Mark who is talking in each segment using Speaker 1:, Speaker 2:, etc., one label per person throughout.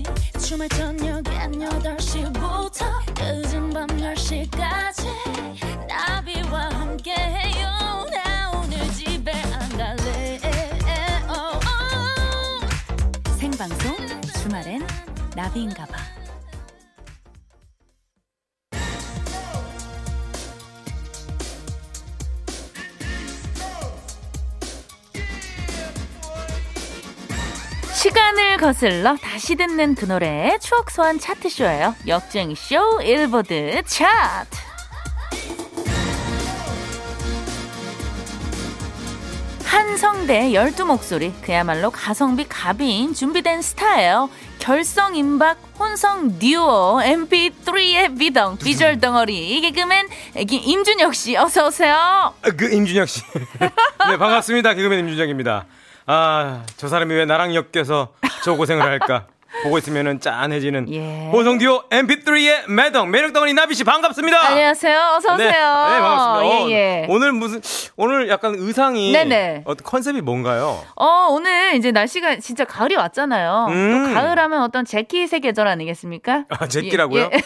Speaker 1: 매일 저녁 8시부터 늦은 밤 10시까지 나비와 함께해요 나 오늘 집에 안 갈래 어, 어.
Speaker 2: 생방송 주말엔 나비인가봐. 시간을 거슬러 다시 듣는 그 노래의 추억 소환 차트쇼예요. 역주행쇼 일보드 차트. 한성대 열두 목소리 그야말로 가성비 갑인 준비된 스타예요. 결성 임박 혼성 듀오 MP3의 비덩 비주얼 덩어리 개그맨 애기 임준혁 씨 어서 오세요.
Speaker 3: 아, 그 임준혁 씨. 네, 반갑습니다. 개그맨 임준혁입니다. 아, 저 사람이 왜 나랑 엮여서 저 고생을 할까? 보고 있으면은 짠해지는
Speaker 2: 예.
Speaker 3: 호성 듀오 MP3의 매덕 매력 덩어리 나비 씨 반갑습니다.
Speaker 2: 안녕하세요. 어서 오세요.
Speaker 3: 네, 네, 반갑습니다.
Speaker 2: 예, 예.
Speaker 3: 어, 오늘 무슨 오늘 약간 의상이
Speaker 2: 네네.
Speaker 3: 어떤 컨셉이 뭔가요?
Speaker 2: 어, 오늘 이제 날씨가 진짜 가을이 왔잖아요.
Speaker 3: 음.
Speaker 2: 또 가을 하면 어떤 제키의 계절 아니겠습니까?
Speaker 3: 아, 제끼라고요?
Speaker 2: 예, 예.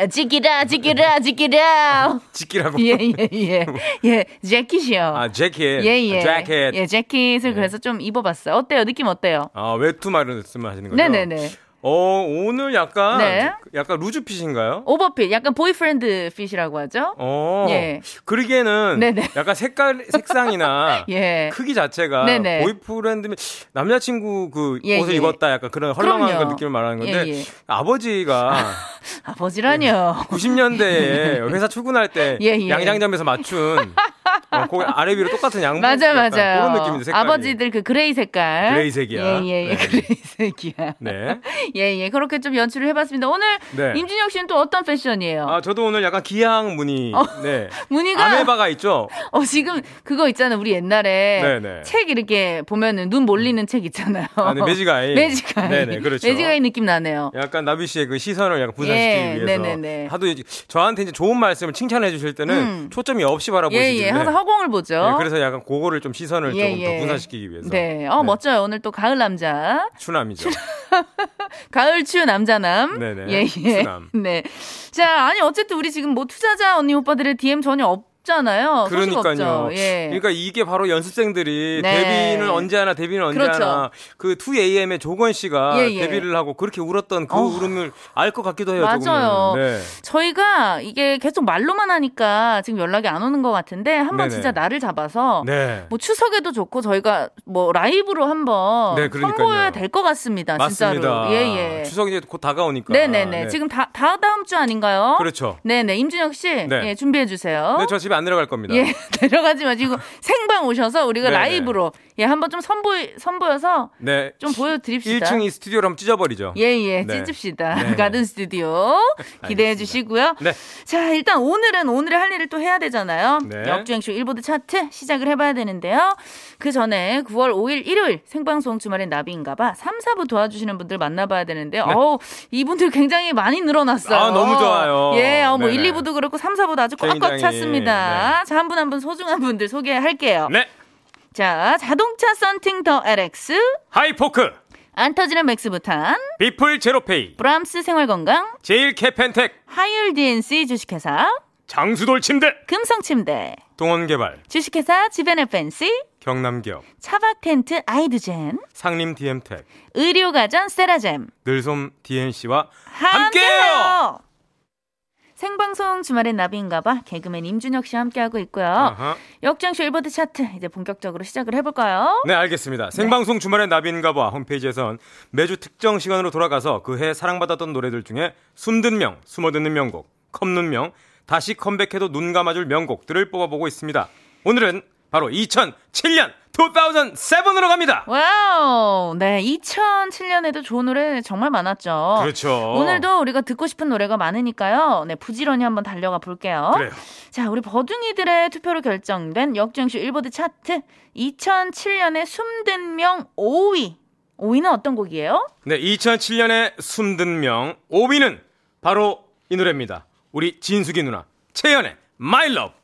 Speaker 2: 지키라, 지키라, 지키라.
Speaker 3: 짓기라고.
Speaker 2: 예, 예, 예. 예, 재킷이요.
Speaker 3: 아, 재킷.
Speaker 2: 예, 예.
Speaker 3: 재킷.
Speaker 2: 예, 재킷을 그래서 좀 입어봤어요. 어때요? 느낌 어때요?
Speaker 3: 아, 외투 말씀하시는 거죠?
Speaker 2: 네네네.
Speaker 3: 어, 오늘 약간
Speaker 2: 네.
Speaker 3: 약간 루즈핏인가요?
Speaker 2: 오버핏, 약간 보이프렌드 핏이라고 하죠?
Speaker 3: 어.
Speaker 2: 예.
Speaker 3: 그러기에는
Speaker 2: 네네.
Speaker 3: 약간 색깔 색상이나
Speaker 2: 예.
Speaker 3: 크기 자체가
Speaker 2: 네네.
Speaker 3: 보이프렌드면 남자친구 그
Speaker 2: 예,
Speaker 3: 옷을
Speaker 2: 예.
Speaker 3: 입었다 약간 그런 헐렁한
Speaker 2: 그럼요.
Speaker 3: 그 느낌을 말하는 건데
Speaker 2: 예, 예.
Speaker 3: 아버지가
Speaker 2: 아버지라뇨.
Speaker 3: 90년대에 회사 출근할 때
Speaker 2: 예, 예.
Speaker 3: 양장점에서 맞춘 어, 그 아래 위로 똑같은 양복
Speaker 2: 맞아,
Speaker 3: 약간
Speaker 2: 맞아요.
Speaker 3: 그런 느낌인데 색깔이
Speaker 2: 아버지들 그 그레이 색깔.
Speaker 3: 그레이색이야.
Speaker 2: 예, 예, 예.
Speaker 3: 네.
Speaker 2: 그레이색이야.
Speaker 3: 네.
Speaker 2: 예, 예. 그렇게 좀 연출을 해봤습니다. 오늘
Speaker 3: 네.
Speaker 2: 임준혁 씨는 또 어떤 패션이에요?
Speaker 3: 아 저도 오늘 약간 기항 무늬
Speaker 2: 어.
Speaker 3: 네.
Speaker 2: 무늬가
Speaker 3: 아메바가 있죠.
Speaker 2: 어 지금 그거 있잖아 우리 옛날에
Speaker 3: 네네.
Speaker 2: 책 이렇게 보면은 눈 몰리는 책 있잖아요.
Speaker 3: 아, 네, 매직아이.
Speaker 2: 매직아이.
Speaker 3: 네네, 그렇죠.
Speaker 2: 매직아이 느낌 나네요.
Speaker 3: 약간 나비 씨의 그 시선을 약간 분산시키기
Speaker 2: 예,
Speaker 3: 위해서
Speaker 2: 네네네.
Speaker 3: 하도 이제 저한테 이제 좋은 말씀을 칭찬해 주실 때는
Speaker 2: 음.
Speaker 3: 초점이 없이 아, 바라보시는데
Speaker 2: 예예 항상 허공을 보죠.
Speaker 3: 예, 그래서 약간 그거를 좀 시선을
Speaker 2: 예,
Speaker 3: 조금
Speaker 2: 예.
Speaker 3: 더 분산시키기 위해서
Speaker 2: 네. 어 멋져요. 오늘 또 가을 남자,
Speaker 3: 추남이죠.
Speaker 2: 가을 추 남자남.
Speaker 3: 네네.
Speaker 2: 예예.
Speaker 3: 추남.
Speaker 2: 네. 자 아니 어쨌든 우리 지금 뭐 투자자 언니 오빠들의 DM 전혀 없잖아요. 소식
Speaker 3: 그러니까요.
Speaker 2: 없죠. 예.
Speaker 3: 그러니까 이게 바로 연습생들이
Speaker 2: 네.
Speaker 3: 데뷔는 언제 하나, 데뷔는 언제
Speaker 2: 그렇죠.
Speaker 3: 하나. 그 2AM의 조건 씨가
Speaker 2: 예, 예.
Speaker 3: 데뷔를 하고 그렇게 울었던 그
Speaker 2: 어.
Speaker 3: 울음을 알 것 같기도 해요.
Speaker 2: 맞아요.
Speaker 3: 조금은. 네.
Speaker 2: 저희가 이게 계속 말로만 하니까 지금 연락이 안 오는 것 같은데 한번
Speaker 3: 네네.
Speaker 2: 진짜 날을 잡아서
Speaker 3: 네.
Speaker 2: 뭐 추석에도 좋고 저희가 뭐 라이브로 한번
Speaker 3: 네, 그러니까요.
Speaker 2: 선보여야 될 것 같습니다.
Speaker 3: 맞습니다.
Speaker 2: 진짜로. 예, 예.
Speaker 3: 추석 이제 곧 다가오니까.
Speaker 2: 네네네.
Speaker 3: 네.
Speaker 2: 지금 다, 다 다음 주 아닌가요?
Speaker 3: 그렇죠.
Speaker 2: 네네. 임준혁 씨.
Speaker 3: 네.
Speaker 2: 예, 준비해 주세요.
Speaker 3: 네, 저 집에 안 내려갈 겁니다.
Speaker 2: 예, 내려가지 마시고 생방 오셔서 우리가
Speaker 3: 네네.
Speaker 2: 라이브로 예, 한번 좀 선보, 선보여서
Speaker 3: 네.
Speaker 2: 좀 보여드립시다.
Speaker 3: 1층 이 스튜디오를 한번 찢어버리죠.
Speaker 2: 예, 예,
Speaker 3: 네.
Speaker 2: 찢읍시다.
Speaker 3: 네.
Speaker 2: 가든 스튜디오 기대해
Speaker 3: 알겠습니다.
Speaker 2: 주시고요.
Speaker 3: 네.
Speaker 2: 자, 일단 오늘은 오늘의 할 일을 또 해야 되잖아요.
Speaker 3: 네.
Speaker 2: 역주행쇼 일보드 차트 시작을 해봐야 되는데요. 그 전에 9월 5일 일요일 생방송 주말엔 나비인가봐 3, 4부 도와주시는 분들 만나봐야 되는데요. 어우, 이분들 굉장히 많이 늘어났어요.
Speaker 3: 네. 아, 너무 좋아요.
Speaker 2: 예, 어, 뭐
Speaker 3: 네네.
Speaker 2: 1, 2부도 그렇고 3, 4부도 아주 꽉꽉
Speaker 3: 굉장히,
Speaker 2: 찼습니다. 자, 한 분 한 분 소중한 분들 소개할게요.
Speaker 3: 네.
Speaker 2: 자, 자동차 썬팅 더 LX,
Speaker 3: 하이포크,
Speaker 2: 안 터지는 맥스부탄,
Speaker 3: 비플 제로페이,
Speaker 2: 브람스 생활건강,
Speaker 3: 제일 캐펜텍,
Speaker 2: 하이올 DNC 주식회사,
Speaker 3: 장수돌 침대,
Speaker 2: 금성침대,
Speaker 3: 동원개발,
Speaker 2: 주식회사 지벤의 펜시,
Speaker 3: 경남기업,
Speaker 2: 차박 텐트 아이드젠,
Speaker 3: 상림 DM텍,
Speaker 2: 의료가전 세라젬.
Speaker 3: 늘솜 DNC와
Speaker 2: 함께해요! 생방송 주말엔 나비인가봐 개그맨 임준혁 씨와 함께하고 있고요.
Speaker 3: 아하.
Speaker 2: 역장쇼 일보드 차트 이제 본격적으로 시작을 해볼까요?
Speaker 3: 네, 알겠습니다. 생방송 주말의 나비인가봐 홈페이지에선 매주 특정 시간으로 돌아가서 그 해 사랑받았던 노래들 중에 숨든 명, 숨어드는 명곡, 컵눈 명, 다시 컴백해도 눈 감아줄 명곡들을 뽑아보고 있습니다. 오늘은 바로 2007년 2007으로 갑니다.
Speaker 2: 와우! 네, 2007년에도 좋은 노래 정말 많았죠.
Speaker 3: 그렇죠.
Speaker 2: 어. 오늘도 우리가 듣고 싶은 노래가 많으니까요. 네, 부지런히 한번 달려가 볼게요.
Speaker 3: 그래요.
Speaker 2: 자, 우리 버둥이들의 투표로 결정된 역주행쇼 일보드 차트 2007년에 숨든 명 5위. 5위는 어떤 곡이에요?
Speaker 3: 네, 2007년의 숨든 명 5위는 바로 이 노래입니다. 우리 진숙이 누나, 채연의 My Love.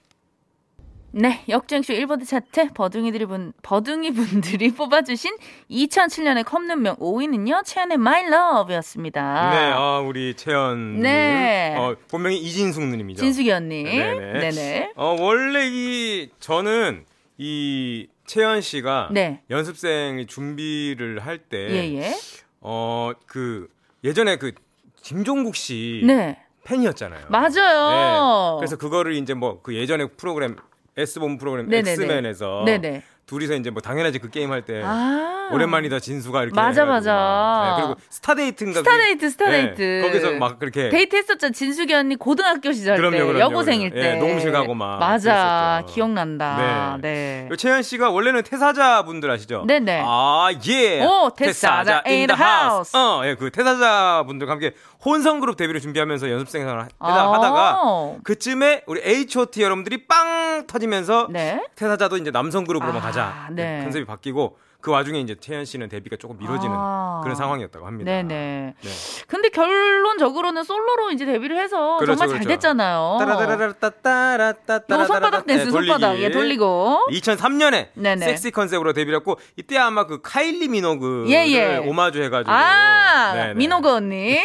Speaker 2: 네, 역주행쇼 1버드 차트 버둥이들이 분, 버둥이 분들이 뽑아주신 2007년의 컵눈명 5위는요, 채연의 My Love였습니다.
Speaker 3: 네, 아, 우리 채연.
Speaker 2: 네.
Speaker 3: 님. 어, 본명이 이진숙 님이죠.
Speaker 2: 진숙이 언니.
Speaker 3: 그렇죠. 네네.
Speaker 2: 네네.
Speaker 3: 어, 원래 이, 저는 이 채연 씨가.
Speaker 2: 네.
Speaker 3: 연습생이 준비를 할 때.
Speaker 2: 예예.
Speaker 3: 어, 그, 예전에 그, 김종국 씨.
Speaker 2: 네.
Speaker 3: 팬이었잖아요.
Speaker 2: 맞아요.
Speaker 3: 네. 그래서 그거를 이제 뭐 그 예전에 프로그램 S본 프로그램
Speaker 2: 네네네.
Speaker 3: 엑스맨에서
Speaker 2: 네네.
Speaker 3: 둘이서 이제 뭐 당연하지 그 게임 할 때
Speaker 2: 아.
Speaker 3: 어, 오랜만이다 진수가 이렇게
Speaker 2: 맞아,
Speaker 3: 해가지고
Speaker 2: 맞아.
Speaker 3: 막. 네, 그리고 스타데이트인가 그게-
Speaker 2: 스타데이트, 스타데이트.
Speaker 3: 네, 거기서 막 그렇게
Speaker 2: 데이트 했었죠. 진숙이 언니 고등학교 시절
Speaker 3: 그럼요,
Speaker 2: 때,
Speaker 3: 그럼요,
Speaker 2: 여고생일
Speaker 3: 그럼요.
Speaker 2: 때.
Speaker 3: 예, 녹음실 가고 막
Speaker 2: 맞아,
Speaker 3: 그랬었죠.
Speaker 2: 기억난다. 네.
Speaker 3: 요 채연 씨가 원래는 태사자 분들 아시죠?
Speaker 2: 네네.
Speaker 3: 아 예.
Speaker 2: 오, 태사자 in the house.
Speaker 3: 어, 예, 그 태사자 분들과 함께 혼성 그룹 데뷔를 준비하면서 연습생 생활을 하-
Speaker 2: 아.
Speaker 3: 하다가 그쯤에 우리 H.O.T 여러분들이 빵 터지면서
Speaker 2: 네.
Speaker 3: 태사자도 이제 남성 그룹으로만 뭐
Speaker 2: 아,
Speaker 3: 가자.
Speaker 2: 네.
Speaker 3: 컨셉이 바뀌고 그 와중에 이제 채연 씨는 데뷔가 조금 미뤄지는
Speaker 2: 아.
Speaker 3: 그런 상황이었다고 합니다.
Speaker 2: 네네.
Speaker 3: 네.
Speaker 2: 근데 결론적으로는 솔로로 이제 데뷔를 해서
Speaker 3: 그렇죠,
Speaker 2: 정말 잘
Speaker 3: 그렇죠.
Speaker 2: 됐잖아요.
Speaker 3: 따라따라따따따따따 네,
Speaker 2: 요 어, 손바닥 댄스 손바닥 예 돌리고
Speaker 3: 2003년에
Speaker 2: 네네.
Speaker 3: 섹시 컨셉으로 데뷔를 했고 이때 아마 그 카일리 미노그를
Speaker 2: 예, 예.
Speaker 3: 오마주 해가지고
Speaker 2: 아
Speaker 3: 네네.
Speaker 2: 민호그 언니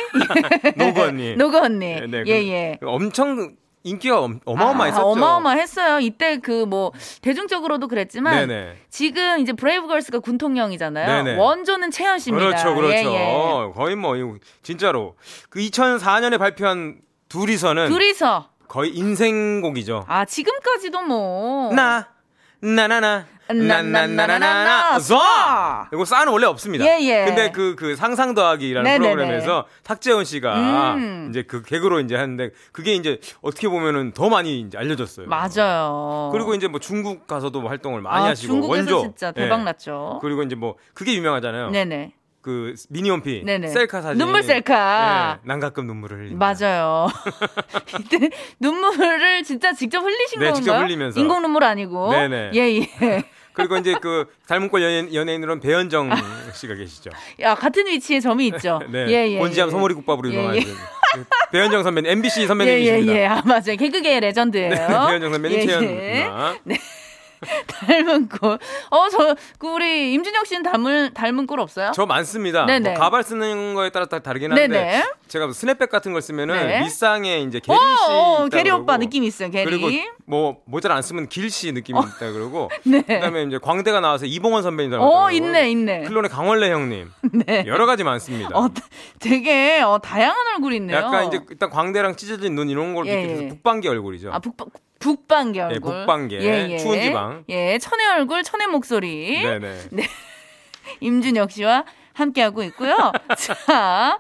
Speaker 3: 노그 언니
Speaker 2: 노그 언니
Speaker 3: 네, 네.
Speaker 2: 예예
Speaker 3: 그 엄청 인기가 엄- 어마어마했었죠
Speaker 2: 아, 어마어마했어요. 이때 그 뭐 대중적으로도 그랬지만
Speaker 3: 네네.
Speaker 2: 지금 이제 브레이브걸스가 군통령이잖아요.
Speaker 3: 네네.
Speaker 2: 원조는 채연 씨입니다.
Speaker 3: 그렇죠 그렇죠
Speaker 2: 예, 예.
Speaker 3: 거의 뭐 이거 진짜로 그 2004년에 발표한 둘이서는
Speaker 2: 둘이서
Speaker 3: 거의 인생곡이죠
Speaker 2: 아 지금까지도 뭐
Speaker 3: 나 나나나 나나나나나나 쏴! 이거 싸는 원래 없습니다.
Speaker 2: 아. 예, 예.
Speaker 3: 근데 그 그 상상 더하기라는
Speaker 2: 네, 네,
Speaker 3: 프로그램에서 탁재훈 씨가
Speaker 2: 음.
Speaker 3: 이제 그 개그로 이제 하는데 그게 이제 어떻게 보면은 더 많이 이제 알려졌어요.
Speaker 2: 맞아요.
Speaker 3: 그리고 이제 뭐 중국 가서도 활동을 많이
Speaker 2: 아,
Speaker 3: 하시고
Speaker 2: 중국에서
Speaker 3: 원조
Speaker 2: 진짜
Speaker 3: 예.
Speaker 2: 대박 났죠.
Speaker 3: 그리고 이제 뭐 그게 유명하잖아요.
Speaker 2: 네네.
Speaker 3: 그 미니홈피
Speaker 2: 네네.
Speaker 3: 셀카 사진
Speaker 2: 눈물 셀카.
Speaker 3: 예. 난 가끔 눈물을 흘린다.
Speaker 2: 맞아요. 이때 눈물을 진짜 직접 흘리신
Speaker 3: 네,
Speaker 2: 건가요?
Speaker 3: 직접 흘리면서.
Speaker 2: 인공 눈물 아니고.
Speaker 3: 네네.
Speaker 2: 예, 예.
Speaker 3: 그리고 이제 그 닮은꼴 연예인, 연예인으로는 배현정 씨가 계시죠.
Speaker 2: 야, 같은 위치에 점이 있죠.
Speaker 3: 네.
Speaker 2: 예, 예.
Speaker 3: 본지암
Speaker 2: 예.
Speaker 3: 소머리국밥으로
Speaker 2: 예,
Speaker 3: 유명하신 배현정 선배님, MBC
Speaker 2: 예,
Speaker 3: 선배님이십니다.
Speaker 2: 예, 예. 아, 맞아요. 개그계의 레전드예요.
Speaker 3: 네, 배현정 선배님,
Speaker 2: 예,
Speaker 3: 최현
Speaker 2: 예.
Speaker 3: 누나.
Speaker 2: 닮은 꼴. 어, 저, 그 우리 임준혁 씨는 닮은, 닮은 꼴 없어요?
Speaker 3: 저 많습니다.
Speaker 2: 네네.
Speaker 3: 뭐 가발 쓰는 거에 따라 다 다르긴 한데
Speaker 2: 네네.
Speaker 3: 제가 뭐 스냅백 같은 걸 쓰면은
Speaker 2: 네.
Speaker 3: 밑상에 이제
Speaker 2: 오,
Speaker 3: 게리 씨,
Speaker 2: 오,
Speaker 3: 있다
Speaker 2: 게리
Speaker 3: 그러고
Speaker 2: 어, 오빠 느낌 있어요, 게리. 어.
Speaker 3: 그리고 뭐 모자를 안 쓰면 길 씨 느낌이 있다 그러고
Speaker 2: 네.
Speaker 3: 그다음에 이제 광대가 나와서 이봉원 선배님 닮았다.
Speaker 2: 어,
Speaker 3: 그러고.
Speaker 2: 있네, 있네. 네.
Speaker 3: 클론의 강원래 형님. 여러 가지 많습니다.
Speaker 2: 어, 되게, 어, 다양한 얼굴이 있네요.
Speaker 3: 약간 이제 일단 광대랑 찢어진 눈 이런 걸
Speaker 2: 예,
Speaker 3: 비교해서
Speaker 2: 예.
Speaker 3: 북방기 얼굴이죠.
Speaker 2: 아 북방 북방계 얼굴.
Speaker 3: 예, 북방계. 추운 지방.
Speaker 2: 예, 천의 얼굴, 천의 목소리.
Speaker 3: 네네.
Speaker 2: 임준혁 씨와 함께하고 있고요. 자,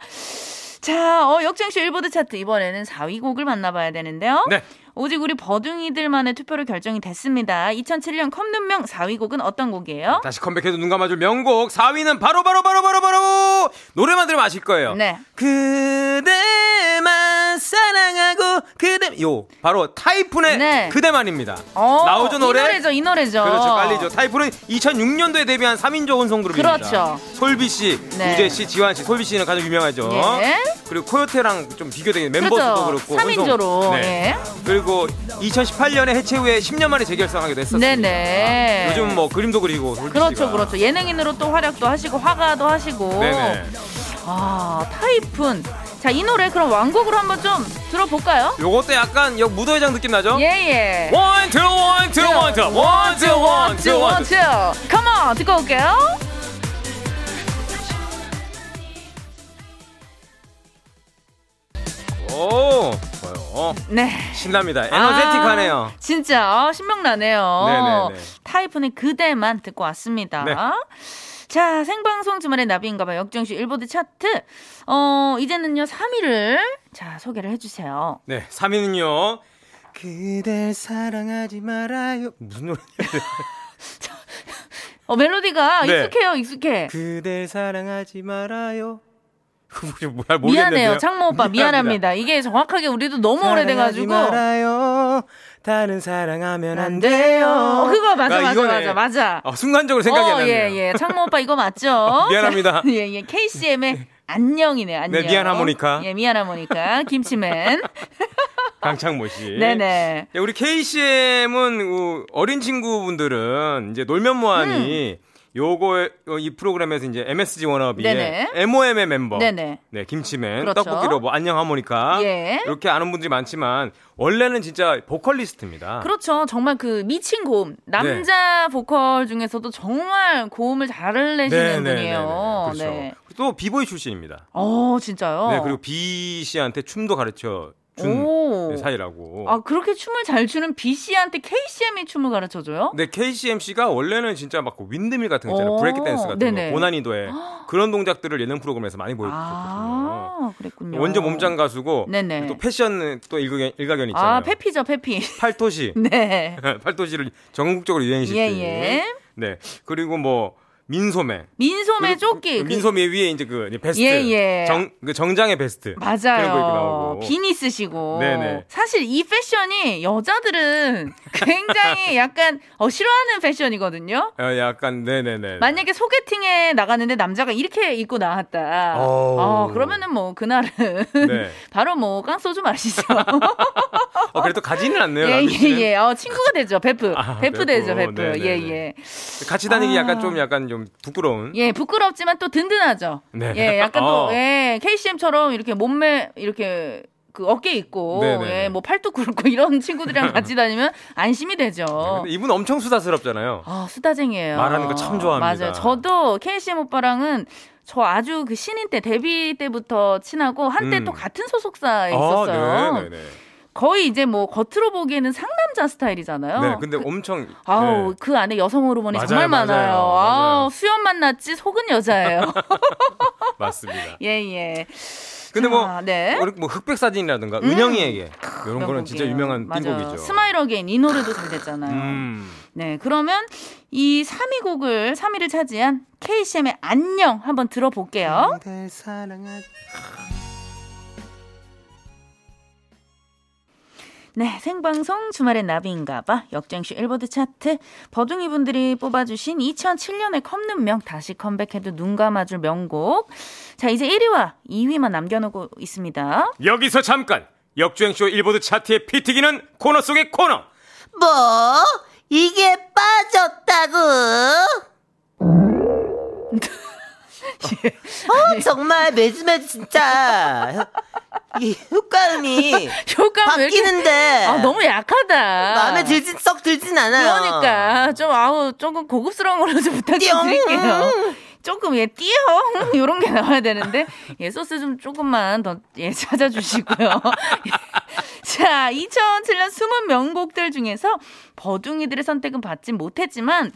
Speaker 2: 자, 어, 역정쇼 일보드 차트 이번에는 4위 곡을 만나봐야 되는데요.
Speaker 3: 네.
Speaker 2: 오직 우리 버둥이들만의 투표로 결정이 됐습니다. 2007년 컵눈명 4위 곡은 어떤 곡이에요?
Speaker 3: 다시 컴백해도 눈 감아줄 명곡 4위는 바로 바로 바로 바로 바로 노래만 들으면 아실 거예요.
Speaker 2: 네.
Speaker 3: 그대만 사랑하고 그대 요 바로 타이푼의
Speaker 2: 네.
Speaker 3: 그대만입니다.
Speaker 2: 어,
Speaker 3: 나오죠 노래?
Speaker 2: 이 노래죠, 이 노래죠.
Speaker 3: 그렇죠, 빨리죠. 타이푼은 2006년도에 데뷔한 3인조 혼성 그룹입니다.
Speaker 2: 그렇죠.
Speaker 3: 솔비 씨,
Speaker 2: 네.
Speaker 3: 우재 씨, 지환 씨, 솔비 씨는 가장 유명하죠.
Speaker 2: 예.
Speaker 3: 그리고 코요테랑 좀 비교되는 멤버 수도
Speaker 2: 그렇죠.
Speaker 3: 그렇고
Speaker 2: 3인조로. 예.
Speaker 3: 혼성. 네. 그리고 2018년에 해체 후에 10년 만에 재결성하기도
Speaker 2: 예.
Speaker 3: 했었어요.
Speaker 2: 네네.
Speaker 3: 요즘 뭐 그림도 그리고 솔비
Speaker 2: 그렇죠,
Speaker 3: 씨가.
Speaker 2: 그렇죠. 예능인으로 또 활약도 하시고 화가도 하시고.
Speaker 3: 네네.
Speaker 2: 아 타이푼. 자 이 노래 그럼 왕곡으로 한번 좀 들어볼까요?
Speaker 3: 요것도 약간 역 무도회장 느낌 나죠?
Speaker 2: 예예. 네.
Speaker 3: 원, 투, 원, 투, 원, 투, 원, 투, 원, 투, 원, 투.
Speaker 2: Come on 듣고 올게요.
Speaker 3: 오, 좋아요.
Speaker 2: 네.
Speaker 3: 신납니다. 에너제틱하네요.
Speaker 2: 아, 진짜 어, 신명나네요.
Speaker 3: 네네네.
Speaker 2: 타이푼의 그대만 듣고 왔습니다.
Speaker 3: 네.
Speaker 2: 자 생방송 주말의 나비인가봐 역정시 일보드 차트. 어 이제는요 3위를 자 소개를 해주세요.
Speaker 3: 네, 3위는요. 그댈 사랑하지 말아요. 무슨 노래?
Speaker 2: 어 멜로디가
Speaker 3: 네.
Speaker 2: 익숙해요 익숙해.
Speaker 3: 그댈 사랑하지 말아요. 혹시 뭐야
Speaker 2: 미안해요
Speaker 3: 모르겠는데요.
Speaker 2: 창모 오빠 미안합니다. 이게 정확하게 우리도 너무
Speaker 3: 사랑하지
Speaker 2: 오래돼가지고.
Speaker 3: 말아요. 다른 사랑하면 안
Speaker 2: 어,
Speaker 3: 돼요.
Speaker 2: 그거 맞아
Speaker 3: 아,
Speaker 2: 맞아
Speaker 3: 이거네.
Speaker 2: 맞아 맞아.
Speaker 3: 아, 순간적으로 생각이
Speaker 2: 어,
Speaker 3: 안 나네요. 어,
Speaker 2: 예, 예. 창모 오빠 이거 맞죠?
Speaker 3: 미안합니다.
Speaker 2: 예, 예. KCM의 안녕이네, 안녕.
Speaker 3: 미안 하모니카.
Speaker 2: 예, 미안 하모니카. 김치맨.
Speaker 3: 강창모 씨.
Speaker 2: 네네.
Speaker 3: 야, 우리 KCM은 어린 친구분들은 이제 놀면 뭐하니
Speaker 2: 음.
Speaker 3: 요거 어, 이 프로그램에서 이제 MSG 워너비의
Speaker 2: 네네.
Speaker 3: MOM의 멤버,
Speaker 2: 네네.
Speaker 3: 네, 김치맨,
Speaker 2: 그렇죠.
Speaker 3: 떡볶이로 뭐 안녕 하모니카
Speaker 2: 예.
Speaker 3: 이렇게 아는 분들이 많지만 원래는 진짜 보컬리스트입니다.
Speaker 2: 그렇죠. 정말 그 미친 고음. 남자
Speaker 3: 네.
Speaker 2: 보컬 중에서도 정말 고음을 잘
Speaker 3: 네,
Speaker 2: 내시는 분이에요. 네.
Speaker 3: 그렇죠. 또 비보이 출신입니다.
Speaker 2: 어, 진짜요?
Speaker 3: 네, 그리고 B 씨한테 춤도 가르쳐 준 네,
Speaker 2: 오.
Speaker 3: 사이라고. 어.
Speaker 2: 아, 그렇게 춤을 잘 추는 B씨한테 KCM이 춤을 가르쳐 줘요?
Speaker 3: 근데 KCMC가 원래는 진짜 막그 윈드밀 같은 거 있잖아요.
Speaker 2: 어,
Speaker 3: 브레이크 댄스 같은
Speaker 2: 네네.
Speaker 3: 거. 고난이도에 그런 동작들을 예능 프로그램에서 많이 보여줬거든요.
Speaker 2: 아, 그랬군요.
Speaker 3: 원조 몸짱 가수고
Speaker 2: 네네.
Speaker 3: 또 패션 또 일가견, 일가견 있잖아요.
Speaker 2: 아, 페피죠, 페피.
Speaker 3: 팔토시.
Speaker 2: 네.
Speaker 3: 팔토시를 전국적으로 유행시킨.
Speaker 2: 예, 예.
Speaker 3: 네. 그리고 뭐 민소매.
Speaker 2: 민소매 조끼.
Speaker 3: 그 민소매 위에 이제 그 베스트.
Speaker 2: 예, 예.
Speaker 3: 정, 그 정장의 베스트. 그런 거 입고
Speaker 2: 맞아요.
Speaker 3: 나오고.
Speaker 2: 비니 쓰시고.
Speaker 3: 네네.
Speaker 2: 사실 이 패션이 여자들은 굉장히 약간 어, 싫어하는 패션이거든요.
Speaker 3: 어, 약간 네네네.
Speaker 2: 만약에 소개팅에 나갔는데 남자가 이렇게 입고 나왔다.
Speaker 3: 어우.
Speaker 2: 어, 그러면은 뭐 그날은
Speaker 3: 네.
Speaker 2: 바로 뭐 깡소주 마시죠.
Speaker 3: 어, 그래도 가지는 않네요.
Speaker 2: 예,
Speaker 3: 남들
Speaker 2: 예,
Speaker 3: 씨는.
Speaker 2: 예. 어, 친구가 되죠. 베프.
Speaker 3: 아,
Speaker 2: 베프
Speaker 3: 베프.
Speaker 2: 되죠. 베프.
Speaker 3: 네네네.
Speaker 2: 예, 예.
Speaker 3: 같이 다니기
Speaker 2: 아.
Speaker 3: 약간 좀 약간 좀 부끄러운.
Speaker 2: 예, 부끄럽지만 또 든든하죠.
Speaker 3: 네.
Speaker 2: 예, 약간 또,
Speaker 3: 어.
Speaker 2: 예, KCM처럼 이렇게 몸매, 이렇게. 그 어깨 있고
Speaker 3: 네네네.
Speaker 2: 예, 뭐 팔뚝 굵고 이런 친구들이랑 같이 다니면 안심이 되죠.
Speaker 3: 네, 근데 이분 엄청 수다스럽잖아요.
Speaker 2: 아, 수다쟁이에요.
Speaker 3: 말하는 거참 좋아합니다.
Speaker 2: 맞아요. 저도 KCM 오빠랑은 저 아주 그 신인 때 데뷔 때부터 친하고 한때
Speaker 3: 음.
Speaker 2: 또 같은 소속사에
Speaker 3: 아,
Speaker 2: 있었어요.
Speaker 3: 네, 네, 네.
Speaker 2: 거의 이제 뭐 겉으로 보기에는 상남자 스타일이잖아요.
Speaker 3: 네, 근데 엄청
Speaker 2: 어. 아우
Speaker 3: 네.
Speaker 2: 그 안에 여성 호르몬이
Speaker 3: 맞아요,
Speaker 2: 정말
Speaker 3: 맞아요,
Speaker 2: 많아요.
Speaker 3: 맞아요.
Speaker 2: 아우 수염 만났지 속은 여자예요.
Speaker 3: 네, 맞습니다.
Speaker 2: 예예.
Speaker 3: 근데
Speaker 2: 자,
Speaker 3: 뭐,
Speaker 2: 네.
Speaker 3: 우리 뭐 흑백 사진이라든가 은영이에게 이런 거는 진짜 유명한 띵곡이죠.
Speaker 2: 스마일 어게인 이 노래도 잘 됐잖아요.
Speaker 3: 음.
Speaker 2: 네 그러면 이 3위 곡을 3위를 차지한 KCM의 안녕 한번 들어볼게요.
Speaker 4: 음.
Speaker 2: 네, 생방송 주말엔 나비인가봐 역정쇼 일보드 차트 버둥이 분들이 뽑아주신 2007년의 컵눈명 다시 컴백해도 눈 감아줄 명곡 자 이제 1위와 2위만 남겨놓고 있습니다
Speaker 3: 여기서 잠깐 역주행쇼 일보드 차트의 피튀기는 코너 속의 코너.
Speaker 4: 뭐? 이게 빠졌다고? 어, 정말 매주 매주 진짜 이 효과음이
Speaker 2: 효과음 아, 왜 이렇게-
Speaker 4: 바뀌는데
Speaker 2: 아 너무 약하다
Speaker 4: 마음에 들진 썩 들진 않아요.
Speaker 2: 그러니까 좀 아우 조금 고급스러운 걸로 좀
Speaker 4: 띠용.
Speaker 2: 부탁드릴게요 조금 예 띠용 요런 게 나와야 되는데 예 소스 좀 조금만 더예 찾아주시고요 예. 자 2007년 숨은 명곡들 중에서 버둥이들의 선택은 받진 못했지만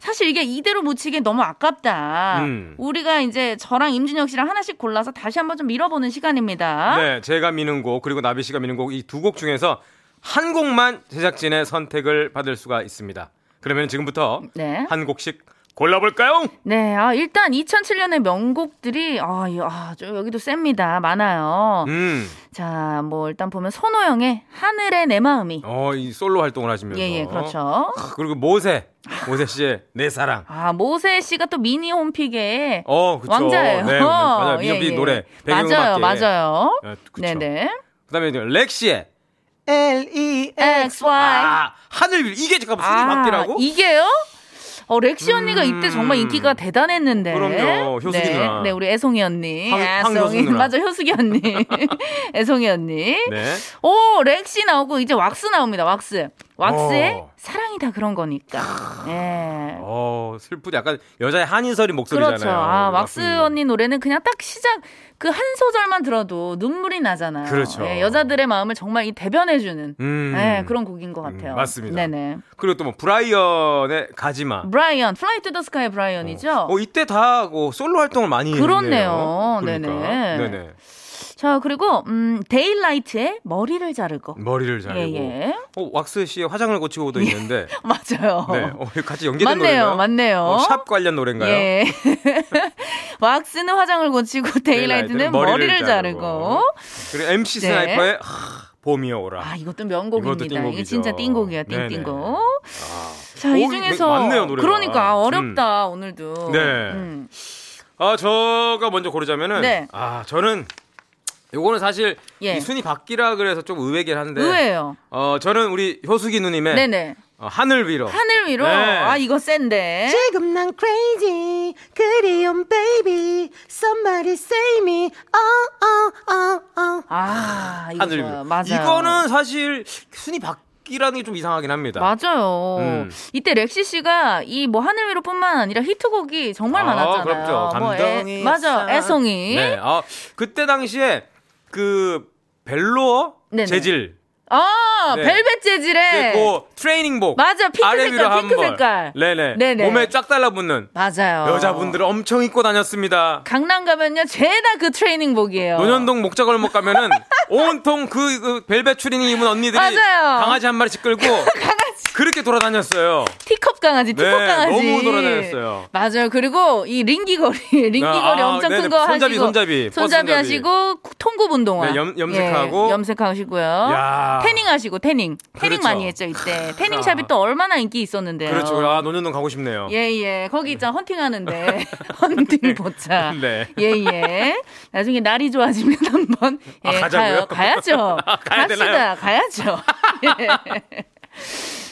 Speaker 2: 사실 이게 이대로 묻히기 너무 아깝다
Speaker 3: 음.
Speaker 2: 우리가 이제 저랑 임준혁 씨랑 하나씩 골라서 다시 한번 좀 밀어보는 시간입니다
Speaker 3: 네, 제가 미는 곡 그리고 나비 씨가 미는 곡 이 두 곡 중에서 한 곡만 제작진의 선택을 받을 수가 있습니다. 그러면 지금부터
Speaker 2: 네.
Speaker 3: 한 곡씩 골라볼까요?
Speaker 2: 네, 아, 일단 2007년의 명곡들이, 아, 이- 아, 저 여기도 셉니다. 많아요.
Speaker 3: 음,
Speaker 2: 자, 뭐, 일단 보면 손호영의 하늘의 내 마음이.
Speaker 3: 어, 이 솔로 활동을 하시면서.
Speaker 2: 예, 예, 그렇죠.
Speaker 3: 크, 그리고 모세, 모세 씨의 내 사랑.
Speaker 2: 아, 모세 씨가 또 미니 홈픽의
Speaker 3: 어, 그쵸.
Speaker 2: 왕자예요. 예,
Speaker 3: 네, 맞아요. 미니 홈픽 노래,
Speaker 2: 맞아요,
Speaker 3: 배경음악계.
Speaker 2: 맞아요.
Speaker 3: 예, 그쵸.
Speaker 2: 네네.
Speaker 3: 그다음에 이제 렉시의
Speaker 4: L E
Speaker 2: X, Y.
Speaker 3: 아 하늘 위 이게 잠깐 순위 바뀌라고?
Speaker 2: 아, 이게요? 어, 렉시 언니가 이때
Speaker 3: 음.
Speaker 2: 정말 인기가 대단했는데.
Speaker 3: 그럼요, 효숙이
Speaker 2: 네,
Speaker 3: 누나.
Speaker 2: 네, 우리 애송이 언니.
Speaker 3: 황-
Speaker 2: 아,
Speaker 3: 황효숙
Speaker 2: 송이.
Speaker 3: 누나.
Speaker 2: 맞아, 효숙이 언니. 애송이 언니.
Speaker 3: 네.
Speaker 2: 오, 렉시 나오고 이제 왁스 나옵니다. 왁스. 왁스의
Speaker 3: 어.
Speaker 2: 사랑이 다 그런 거니까. 예.
Speaker 3: 어 슬프다. 약간 여자의 한인설인 목소리잖아요. 음.
Speaker 2: 그렇죠. 아, 왁스
Speaker 3: 왁스님.
Speaker 2: 언니 노래는 그냥 딱 시작 그 한 소절만 들어도 눈물이 나잖아요.
Speaker 3: 그렇죠.
Speaker 2: 예, 여자들의 마음을 정말 이 대변해 주는
Speaker 3: 음.
Speaker 2: 예, 그런 곡인 것 같아요.
Speaker 3: 음, 맞습니다.
Speaker 2: 네네.
Speaker 3: 그리고 또 뭐 브라이언의 가지마.
Speaker 2: 브라이언, 플라이 투더 스카의 브라이언이죠.
Speaker 3: 어 이때 다 뭐 솔로 활동을 많이
Speaker 2: 그렇네요.
Speaker 3: 했네요. 그러니까.
Speaker 2: 네네.
Speaker 3: 네네.
Speaker 2: 자, 그리고 음, 데일라이트의 머리를 자르고.
Speaker 3: 머리를 자르고.
Speaker 2: 예, 예.
Speaker 3: 어 왁스 씨의 화장을 고치고도 있는데.
Speaker 2: 맞아요.
Speaker 3: 네. 어, 같이 연계된
Speaker 2: 맞네요.
Speaker 3: 노래인가요?
Speaker 2: 맞네요.
Speaker 3: 어, 샵 관련 노래인가요?
Speaker 2: 예. 왁스는 화장을 고치고 데일라이트는
Speaker 3: 데일라이트는
Speaker 2: 머리를, 자르고.
Speaker 3: 그리고 MC
Speaker 2: 네.
Speaker 3: 스나이퍼의 하, 봄이 오라.
Speaker 2: 아, 이것도 명곡입니다.
Speaker 3: 이것도
Speaker 2: 이게
Speaker 3: 띵곡이죠.
Speaker 2: 진짜 띵곡이야,
Speaker 3: 네네.
Speaker 2: 띵띵곡.
Speaker 3: 오,
Speaker 2: 자, 이
Speaker 3: 이거
Speaker 2: 중에서
Speaker 3: 많네요, 노래가.
Speaker 2: 그러니까 아,
Speaker 3: 음.
Speaker 2: 어렵다 오늘도. 음.
Speaker 3: 네. 아, 저가 먼저 고르자면은
Speaker 2: 네.
Speaker 3: 아, 저는 요거는 사실
Speaker 2: 예.
Speaker 3: 이 순위 바뀌라 그래서 좀 의외긴 한데.
Speaker 2: 의외예요.
Speaker 3: 어 저는 우리 효숙이 누님의
Speaker 2: 네네.
Speaker 3: 어, 하늘 위로.
Speaker 2: 하늘 위로.
Speaker 3: 네.
Speaker 2: 아 이거 센데.
Speaker 4: 지금 난 crazy 그리운 baby somebody save me oh oh oh oh
Speaker 2: 아 이거
Speaker 3: 하늘
Speaker 2: 좋아요.
Speaker 3: 위로.
Speaker 2: 맞아요.
Speaker 3: 이거는 사실 순위 바뀌라는 게 좀 이상하긴 합니다.
Speaker 2: 맞아요.
Speaker 3: 음.
Speaker 2: 이때 렉시 씨가 이 뭐 하늘 위로뿐만 아니라 히트곡이 정말
Speaker 3: 아,
Speaker 2: 많았잖아요.
Speaker 3: 그렇죠.
Speaker 2: 뭐
Speaker 3: 감동이
Speaker 2: 애, 맞아.
Speaker 3: 있어.
Speaker 2: 애송이.
Speaker 3: 네. 아 그때 당시에 그 벨로어
Speaker 2: 네네.
Speaker 3: 재질
Speaker 2: 아
Speaker 3: 네.
Speaker 2: 벨벳 재질의
Speaker 3: 그리고 트레이닝복
Speaker 2: 맞아. 핑크
Speaker 3: 아래 위로
Speaker 2: 색깔,
Speaker 3: 한
Speaker 2: 핑크
Speaker 3: 벌.
Speaker 2: 색깔.
Speaker 3: 네네.
Speaker 2: 네네. 어.
Speaker 3: 몸에 쫙 달라붙는
Speaker 2: 맞아요.
Speaker 3: 여자분들을 엄청 입고 다녔습니다.
Speaker 2: 강남 가면요 죄다 그 트레이닝복이에요.
Speaker 3: 논현동 목자골목 가면은 온통 그, 그 벨벳 추리닝 입은 언니들이
Speaker 2: 맞아요.
Speaker 3: 강아지 한 마리씩 끌고 그렇게 돌아다녔어요.
Speaker 2: 티컵 강아지,
Speaker 3: 네,
Speaker 2: 티컵 강아지.
Speaker 3: 너무 돌아다녔어요.
Speaker 2: 맞아요. 그리고 이 링기거리, 링기거리
Speaker 3: 아,
Speaker 2: 엄청
Speaker 3: 네네.
Speaker 2: 큰 거
Speaker 3: 손잡이,
Speaker 2: 하시고
Speaker 3: 손잡이,
Speaker 2: 손잡이
Speaker 3: 버스 손잡이.
Speaker 2: 하시고 통굽 운동화.
Speaker 3: 네, 염- 염색하고.
Speaker 2: 예, 염색하시고요.
Speaker 3: 야.
Speaker 2: 태닝 하시고 태닝, 태닝
Speaker 3: 그렇죠.
Speaker 2: 많이 했죠 이때. 태닝 샵이 또 얼마나 인기 있었는데요.
Speaker 3: 그렇죠. 아, 논현동 가고 싶네요.
Speaker 2: 네. 예, 예. 거기 있잖아. 헌팅하는데. 헌팅 보자.
Speaker 3: 네.
Speaker 2: 예, 예. 나중에 날이 좋아지면 한번.
Speaker 3: 아,
Speaker 2: 예, 가요.
Speaker 3: 가자고요?
Speaker 2: 가야죠.
Speaker 3: 아, 가야
Speaker 2: 갑시다.
Speaker 3: 되나요?
Speaker 2: 가야죠. 예.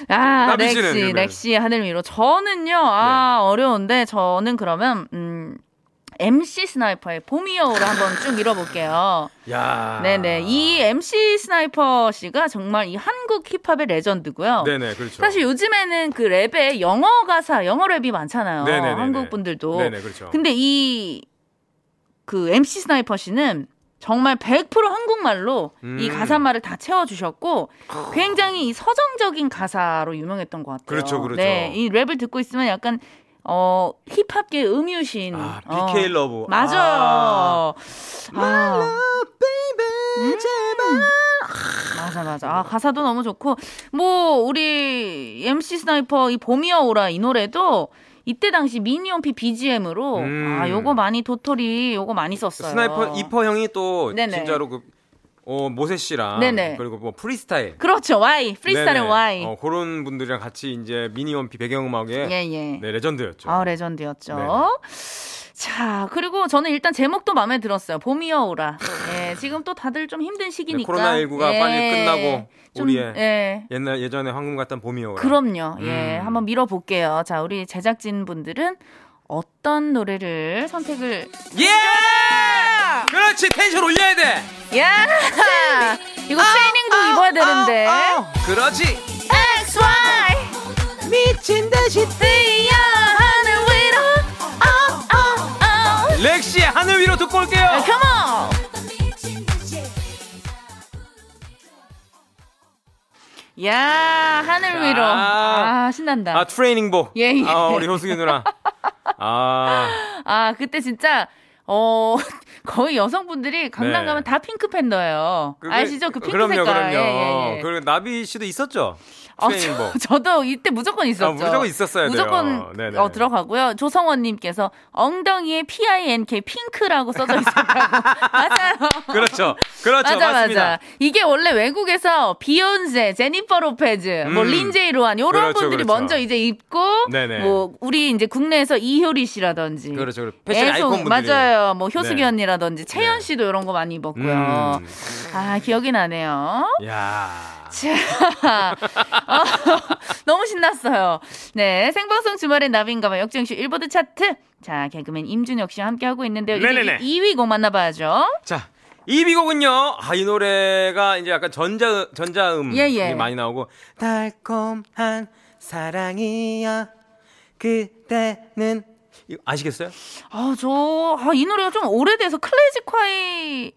Speaker 2: 아,
Speaker 3: 나비 씨는 네.
Speaker 2: 렉시,
Speaker 3: 그러면?
Speaker 2: 렉시 하늘 위로. 저는요, 아, 어려운데, 저는 그러면, 음, MC 스나이퍼의 봄이 여우를 한번 쭉 밀어볼게요.
Speaker 3: 야.
Speaker 2: 네네. 이 MC 스나이퍼 씨가 정말 이 한국 힙합의 레전드고요.
Speaker 3: 네네, 그렇죠.
Speaker 2: 사실 요즘에는 그 랩에 영어 가사, 영어 랩이 많잖아요.
Speaker 3: 네네네네.
Speaker 2: 한국 분들도.
Speaker 3: 네네, 그렇죠.
Speaker 2: 근데 이 그 MC 스나이퍼 씨는 정말 100% 한국말로 이
Speaker 3: 음. 아.
Speaker 2: 가사말을 다 채워주셨고 굉장히 이 서정적인 가사로 유명했던 것 같아요.
Speaker 3: 그렇죠, 그렇죠.
Speaker 2: 네, 이 랩을 듣고 있으면 약간 어 힙합계 음유신.
Speaker 3: 아,
Speaker 2: 어,
Speaker 3: BK 러브.
Speaker 2: 맞아요. 아. 음.
Speaker 4: baby 제발
Speaker 2: 맞아 맞아. 아 가사도 너무 좋고 뭐 우리 MC 스나이퍼 이 봄이여 오라 이 노래도 이때 당시 미니홈피 BGM으로
Speaker 3: 음.
Speaker 2: 아 요거 많이 도토리 요거 많이 썼어요.
Speaker 3: 스나이퍼 이퍼 형이 또
Speaker 2: 네네.
Speaker 3: 진짜로 그 어, 모세 씨랑
Speaker 2: 네네.
Speaker 3: 그리고 뭐 프리스타일
Speaker 2: 그렇죠. Y 프리스타일
Speaker 3: 네네.
Speaker 2: Y.
Speaker 3: 어, 그런 분들이랑 같이 이제 미니홈피 배경음악의
Speaker 2: 예 예.
Speaker 3: 네, 레전드였죠.
Speaker 2: 아 레전드였죠.
Speaker 3: 네.
Speaker 2: 자 그리고 저는 일단 제목도 마음에 들었어요. 봄이여 오라. 예 지금 또 다들 좀 힘든 시기니까.
Speaker 3: 네,
Speaker 2: 예.
Speaker 3: 코로나19 가 빨리 끝나고
Speaker 2: 좀,
Speaker 3: 우리의
Speaker 2: 예
Speaker 3: 옛날 예전에 황금 같던 봄이 오라.
Speaker 2: 그럼요. 예,
Speaker 3: 음.
Speaker 2: 한번 밀어볼게요. 자, 우리 제작진 분들은 어떤 노래를 선택을?
Speaker 3: 예! 그렇지 텐션 올려야 돼.
Speaker 2: 야, 이거 트레이닝도 입어야 되는데.
Speaker 3: 아, 그렇지.
Speaker 2: X Y
Speaker 4: 미친 듯이
Speaker 2: 뛰어 하늘 위로. 어, 아, 아, 아.
Speaker 3: 렉시의 하늘 위로 듣고 올게요.
Speaker 2: Come on. 야, 하늘 위로.
Speaker 3: 아.
Speaker 2: 아, 신난다.
Speaker 3: 아 트레이닝복.
Speaker 2: 예, 예.
Speaker 3: 아 우리 효숙이 누나. 아
Speaker 2: 아 그때 진짜 어 거의 여성분들이 강남
Speaker 3: 네.
Speaker 2: 가면 다 핑크 팬더예요.
Speaker 3: 그게-
Speaker 2: 아시죠 그 핑크
Speaker 3: 그럼요,
Speaker 2: 색깔.
Speaker 3: 그럼요.
Speaker 2: 예, 예, 예.
Speaker 3: 그리고 나비 씨도 있었죠.
Speaker 2: 어,
Speaker 3: 트레이닝복.
Speaker 2: 저, 도 이때 무조건 있었죠.
Speaker 3: 아, 무조건 있었어야 돼요.
Speaker 2: 무조건
Speaker 3: 네네.
Speaker 2: 어, 들어가고요. 조성원님께서 엉덩이에 P I N K 핑크라고 써져 있었다고. 맞아요.
Speaker 3: 그렇죠. 그렇죠.
Speaker 2: 맞아
Speaker 3: 맞습니다.
Speaker 2: 맞아. 이게 원래 외국에서 비욘세, 제니퍼 로페즈, 뭐
Speaker 3: 음.
Speaker 2: 린제이 로한 요런
Speaker 3: 그렇죠,
Speaker 2: 분들이
Speaker 3: 그렇죠.
Speaker 2: 먼저 이제 입고
Speaker 3: 네네.
Speaker 2: 뭐 우리 이제 국내에서 이효리 씨라든지
Speaker 3: 그렇죠, 그렇죠. 패션
Speaker 2: 애송,
Speaker 3: 아이콘 분들이.
Speaker 2: 맞아요. 뭐 효숙이
Speaker 3: 네.
Speaker 2: 언니라든지 채연 씨도 이런 거 많이 입었고요.
Speaker 3: 음.
Speaker 2: 아 기억이 나네요.
Speaker 3: 야.
Speaker 2: 자, 어, 너무 신났어요. 네, 생방송 주말엔 나비인가봐 역주행쇼 일보드 차트. 자, 개그맨 임준혁 씨와 함께 하고 있는데요. 이제
Speaker 3: 네네네.
Speaker 2: 2위 곡 만나봐야죠.
Speaker 3: 자, 2비곡은요. 아, 이 노래가 이제 약간 전자 전자음이
Speaker 2: 예, 예.
Speaker 3: 많이 나오고
Speaker 4: 달콤한 사랑이야 그대는
Speaker 3: 이거 아시겠어요?
Speaker 2: 아, 저, 아, 이 노래가 좀 오래돼서 클래식화의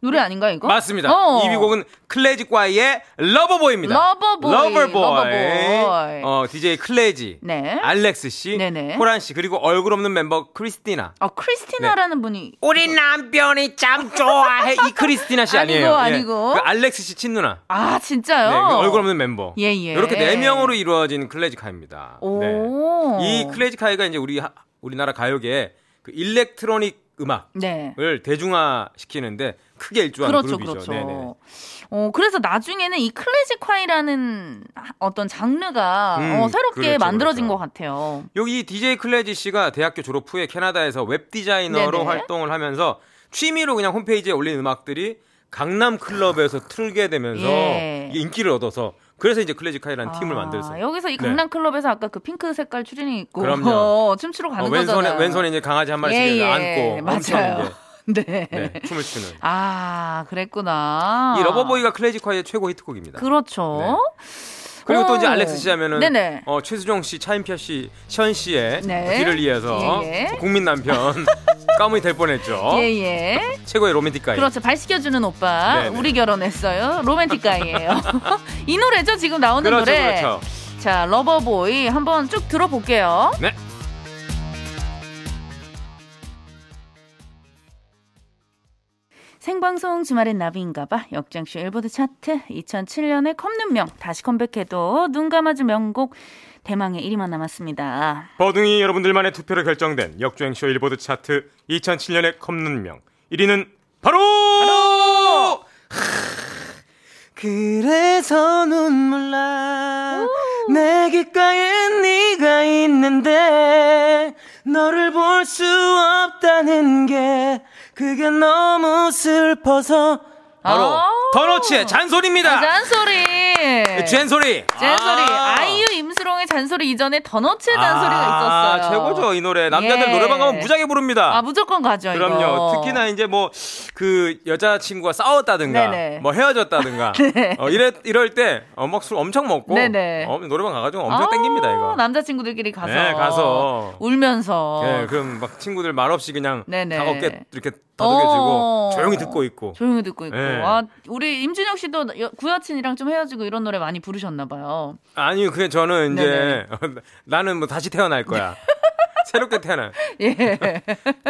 Speaker 2: 노래 아닌가, 이거?
Speaker 3: 네. 맞습니다.
Speaker 2: 어.
Speaker 3: 2비곡은 클래지과의 러버보이입니다.
Speaker 2: 러버보이,
Speaker 3: 러버보이.
Speaker 2: 러버보이.
Speaker 3: 어, DJ 클래지.
Speaker 2: 네.
Speaker 3: 알렉스 씨,
Speaker 2: 네네.
Speaker 3: 호란 씨, 그리고 얼굴 없는 멤버 크리스티나.
Speaker 2: 아, 크리스티나라는
Speaker 3: 네.
Speaker 2: 분이.
Speaker 3: 우리 남편이 참 좋아해 이 크리스티나 씨
Speaker 2: 아니고,
Speaker 3: 아니에요? 예.
Speaker 2: 아니고.
Speaker 3: 그 알렉스 씨 친누나.
Speaker 2: 아, 진짜요?
Speaker 3: 네, 그 얼굴 없는 멤버.
Speaker 2: 예, 예.
Speaker 3: 이렇게 네 명으로 이루어진 클래지카입니다. 네.
Speaker 2: 오.
Speaker 3: 이 클래지카이가 이제 우리 하- 우리나라 가요계에 그 일렉트로닉 음악을
Speaker 2: 네.
Speaker 3: 대중화시키는데 크게 일조한
Speaker 2: 그렇죠,
Speaker 3: 그룹이죠.
Speaker 2: 그렇죠.
Speaker 3: 네네.
Speaker 2: 어, 그래서 나중에는 이 클래식화이라는 어떤 장르가
Speaker 3: 음,
Speaker 2: 어, 새롭게
Speaker 3: 그렇죠,
Speaker 2: 만들어진
Speaker 3: 그렇죠.
Speaker 2: 것 같아요.
Speaker 3: 여기 DJ 클래지 씨가 대학교 졸업 후에 캐나다에서 웹 디자이너로
Speaker 2: 네네.
Speaker 3: 활동을 하면서 취미로 그냥 홈페이지에 올린 음악들이 강남 클럽에서 틀게 되면서
Speaker 2: 예.
Speaker 3: 이게 인기를 얻어서 그래서 이제 클래지카이라는 팀을
Speaker 2: 아,
Speaker 3: 만들었어요.
Speaker 2: 여기서 이
Speaker 3: 네.
Speaker 2: 강남 클럽에서 아까 그 핑크 색깔 추리닝 입고
Speaker 3: 그럼요.
Speaker 2: 어, 춤추러
Speaker 3: 어,
Speaker 2: 가는
Speaker 3: 왼손에
Speaker 2: 거잖아요.
Speaker 3: 왼손에 이제 강아지 한 마리씩
Speaker 2: 예, 예.
Speaker 3: 안고 엄청
Speaker 2: 맞아요.
Speaker 3: 이제
Speaker 2: 네.
Speaker 3: 네, 춤을 추는
Speaker 2: 아, 그랬구나.
Speaker 3: 이 러버보이가 클래지카이의 최고 히트곡입니다.
Speaker 2: 아. 그렇죠.
Speaker 3: 그리고 또
Speaker 2: 오.
Speaker 3: 이제 알렉스 씨 하면은
Speaker 2: 네네.
Speaker 3: 어, 최수종 씨, 차인표 씨, 션 씨의
Speaker 2: 네.
Speaker 3: 뒤를 이어서
Speaker 2: 예, 예.
Speaker 3: 국민 남편 까문이 될 뻔했죠.
Speaker 2: 예, 예.
Speaker 3: 최고의 로맨틱 가이.
Speaker 2: 그렇죠. 발 씻겨주는 오빠.
Speaker 3: 네네.
Speaker 2: 우리 결혼했어요. 로맨틱 가이예요. 이 노래죠, 지금 나오는
Speaker 3: 그렇죠,
Speaker 2: 노래.
Speaker 3: 그렇죠.
Speaker 2: 자, 러버보이 한번 쭉 들어볼게요.
Speaker 3: 네.
Speaker 2: 생방송 주말엔 나비인가봐 역장쇼 일보드 차트 2007년에 컵눈명 다시 컴백해도 눈 감아줄 명곡 대망의 1위만 남았습니다.
Speaker 3: 버둥이 여러분들만의 투표로 결정된 역주행쇼 일보드 차트 2007년의 컵눈명 1위는 바로,
Speaker 4: 그래서 눈물 나. 내 귓가엔 네가 있는데 너를 볼 수 없다는 게 그게 너무 슬퍼서
Speaker 3: 바로
Speaker 2: 아.
Speaker 3: 더너츠의 잔소리입니다. 네,
Speaker 2: 잔소리.
Speaker 3: 잔소리.
Speaker 2: 잔소리. 아. 이유 임수롱의 잔소리 이전에 더너츠의 잔소리가
Speaker 3: 아,
Speaker 2: 있었어요.
Speaker 3: 최고죠 이 노래. 남자들
Speaker 2: 예.
Speaker 3: 노래방 가면 무지하게 부릅니다.
Speaker 2: 아 무조건 가죠.
Speaker 3: 그럼요.
Speaker 2: 이거.
Speaker 3: 특히나 이제 뭐 그 여자 친구가 싸웠다든가,
Speaker 2: 네네. 네.
Speaker 3: 뭐 헤어졌다든가, 어, 이래 이럴 때 어, 막술 엄청 먹고
Speaker 2: 네네.
Speaker 3: 어, 노래방 가가지고 엄청
Speaker 2: 아,
Speaker 3: 땡깁니다 이거.
Speaker 2: 남자친구들끼리 가서.
Speaker 3: 네, 가서.
Speaker 2: 울면서.
Speaker 3: 예, 그럼 막 친구들 말 없이 그냥
Speaker 2: 네네.
Speaker 3: 다 어깨 이렇게 더듬겨지고
Speaker 2: 어.
Speaker 3: 조용히 듣고 있고.
Speaker 2: 조용히 듣고 있고.
Speaker 3: 네.
Speaker 2: 아, 우리 임준혁 씨도 여- 구여친이랑 좀 헤어지고 이런 노래 많이 부르셨나 봐요.
Speaker 3: 아니 그게 저는 이제
Speaker 2: 네네.
Speaker 3: 나는 뭐 다시 태어날 거야. 새롭게 태어나.
Speaker 2: 예.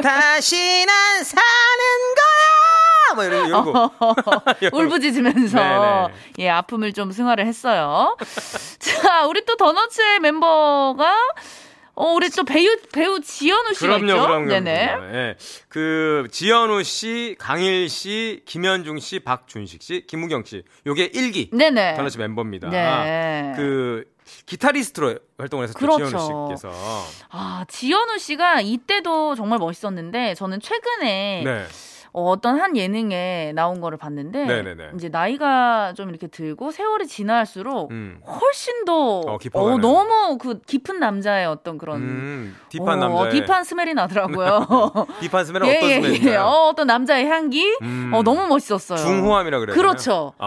Speaker 4: 다시 난 사는 거야
Speaker 3: 뭐 이러- 이러고.
Speaker 2: 어, 울부짖으면서
Speaker 3: 네네.
Speaker 2: 예, 아픔을 좀 승화를 했어요. 자, 우리 또 더너츠의 멤버가 어, 우리 또 배우 배우 지현우 씨가
Speaker 3: 그럼요,
Speaker 2: 있죠.
Speaker 3: 그럼요.
Speaker 2: 네네.
Speaker 3: 그럼요. 예. 그 지현우 씨, 강일 씨, 김현중 씨, 박준식 씨, 김우경 씨. 요게 일기
Speaker 2: 네네.
Speaker 3: 전화 씨 멤버입니다.
Speaker 2: 네.
Speaker 3: 그 기타리스트로 활동을 했었죠.
Speaker 2: 그렇죠.
Speaker 3: 지현우 씨께서.
Speaker 2: 아, 지현우 씨가 이때도 정말 멋있었는데 저는 최근에
Speaker 3: 네.
Speaker 2: 어, 어떤 한 예능에 나온 거를 봤는데
Speaker 3: 네네네.
Speaker 2: 이제 나이가 좀 이렇게 들고 세월이 지날수록
Speaker 3: 음.
Speaker 2: 훨씬 더
Speaker 3: 어,
Speaker 2: 어,
Speaker 3: 깊어가는.
Speaker 2: 너무 그 깊은 남자의 어떤 그런
Speaker 3: 음. 딥한
Speaker 2: 어,
Speaker 3: 남자.
Speaker 2: 딥한 스멜이 나더라고요.
Speaker 3: 딥한 스멜은 어떤
Speaker 2: 예예예.
Speaker 3: 스멜인가요?
Speaker 2: 어, 어떤 남자의 향기.
Speaker 3: 음.
Speaker 2: 어 너무 멋있었어요.
Speaker 3: 중호함이라 그래요.
Speaker 2: 그렇죠.
Speaker 3: 아.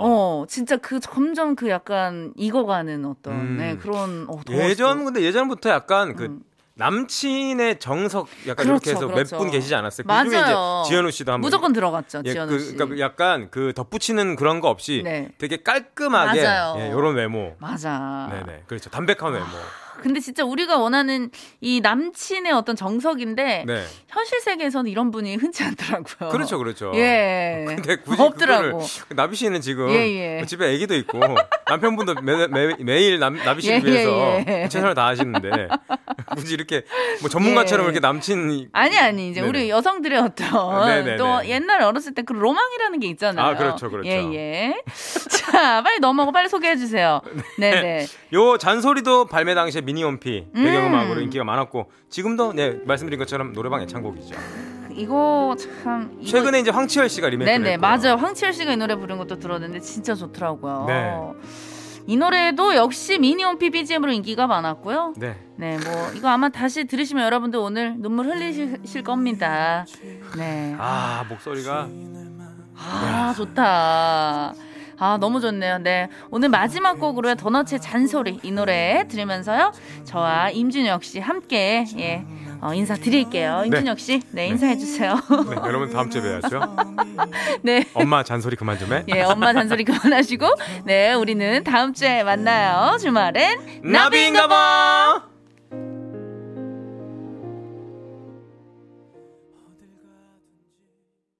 Speaker 2: 어 진짜 그 점점 그 약간 익어가는 어떤
Speaker 3: 음.
Speaker 2: 네, 그런 어, 더
Speaker 3: 예전
Speaker 2: 멋있었어요.
Speaker 3: 근데 예전부터 약간 그
Speaker 2: 음.
Speaker 3: 남친의 정석 약간 이렇게
Speaker 2: 그렇죠,
Speaker 3: 해서
Speaker 2: 그렇죠.
Speaker 3: 몇 분 계시지 않았어요? 그중에 이제
Speaker 2: 맞아요.
Speaker 3: 지현우 씨도 한번
Speaker 2: 무조건 들어갔죠
Speaker 3: 예,
Speaker 2: 지현우
Speaker 3: 그,
Speaker 2: 씨.
Speaker 3: 그러니까 약간 그 덧붙이는 그런 거 없이
Speaker 2: 네.
Speaker 3: 되게 깔끔하게
Speaker 2: 맞아요.
Speaker 3: 예, 요런 외모.
Speaker 2: 맞아. 아,
Speaker 3: 네네. 그렇죠. 담백한 외모.
Speaker 2: 근데 진짜 우리가 원하는 이 남친의 어떤 정석인데
Speaker 3: 네.
Speaker 2: 현실 세계에서는 이런 분이 흔치 않더라고요.
Speaker 3: 그렇죠, 그렇죠.
Speaker 2: 예.
Speaker 3: 근데 굳이
Speaker 2: 없더라고.
Speaker 3: 그거를 나비 씨는 지금 뭐
Speaker 2: 예, 예.
Speaker 3: 집에 아기도 있고 남편분도 매, 일 남, 나비 씨를
Speaker 2: 예, 예,
Speaker 3: 위해서
Speaker 2: 예.
Speaker 3: 최선을 다하시는데 굳이 이렇게 뭐 전문가처럼
Speaker 2: 예.
Speaker 3: 이렇게 남친
Speaker 2: 아니 아니 이제
Speaker 3: 네네.
Speaker 2: 우리 여성들의 어떤
Speaker 3: 네네네.
Speaker 2: 또 옛날 어렸을 때 그 로망이라는 게 있잖아요.
Speaker 3: 아, 그렇죠, 그렇죠.
Speaker 2: 예 예. 자 빨리 넘어가 빨리 소개해 주세요. 네네.
Speaker 3: 요 잔소리도 발매 당시에 미니홈피
Speaker 2: 음.
Speaker 3: 배경음악으로 인기가 많았고 지금도 네 말씀드린 것처럼 노래방 애창곡이죠.
Speaker 2: 이거 참 이거-
Speaker 3: 최근에 이제 황치열 씨가 리메이크를
Speaker 2: 네네
Speaker 3: 했고요.
Speaker 2: 맞아요. 황치열 씨가 이 노래 부른 것도 들었는데 진짜 좋더라고요.
Speaker 3: 네.
Speaker 2: 이 노래도 역시 미니홈피 BGM으로 인기가 많았고요.
Speaker 3: 네.
Speaker 2: 네, 뭐 이거 아마 다시 들으시면 여러분들 오늘 눈물 흘리실 겁니다. 네.
Speaker 3: 아 목소리가
Speaker 2: 아, 좋다. 아, 너무 좋네요. 네. 오늘 마지막 곡으로 더너츠의 잔소리 이 노래 들으면서요. 저와 임준혁 씨 함께 예. 어, 인사드릴게요. 임준혁 씨. 네, 인사해 주세요.
Speaker 3: 네, 여러분 다음 주에 뵈야죠.
Speaker 2: 네.
Speaker 3: 엄마 잔소리 그만 좀 해.
Speaker 2: 예, 엄마 잔소리 그만하시고 네, 우리는 다음 주에 만나요. 주말엔
Speaker 3: 나비인가 봐.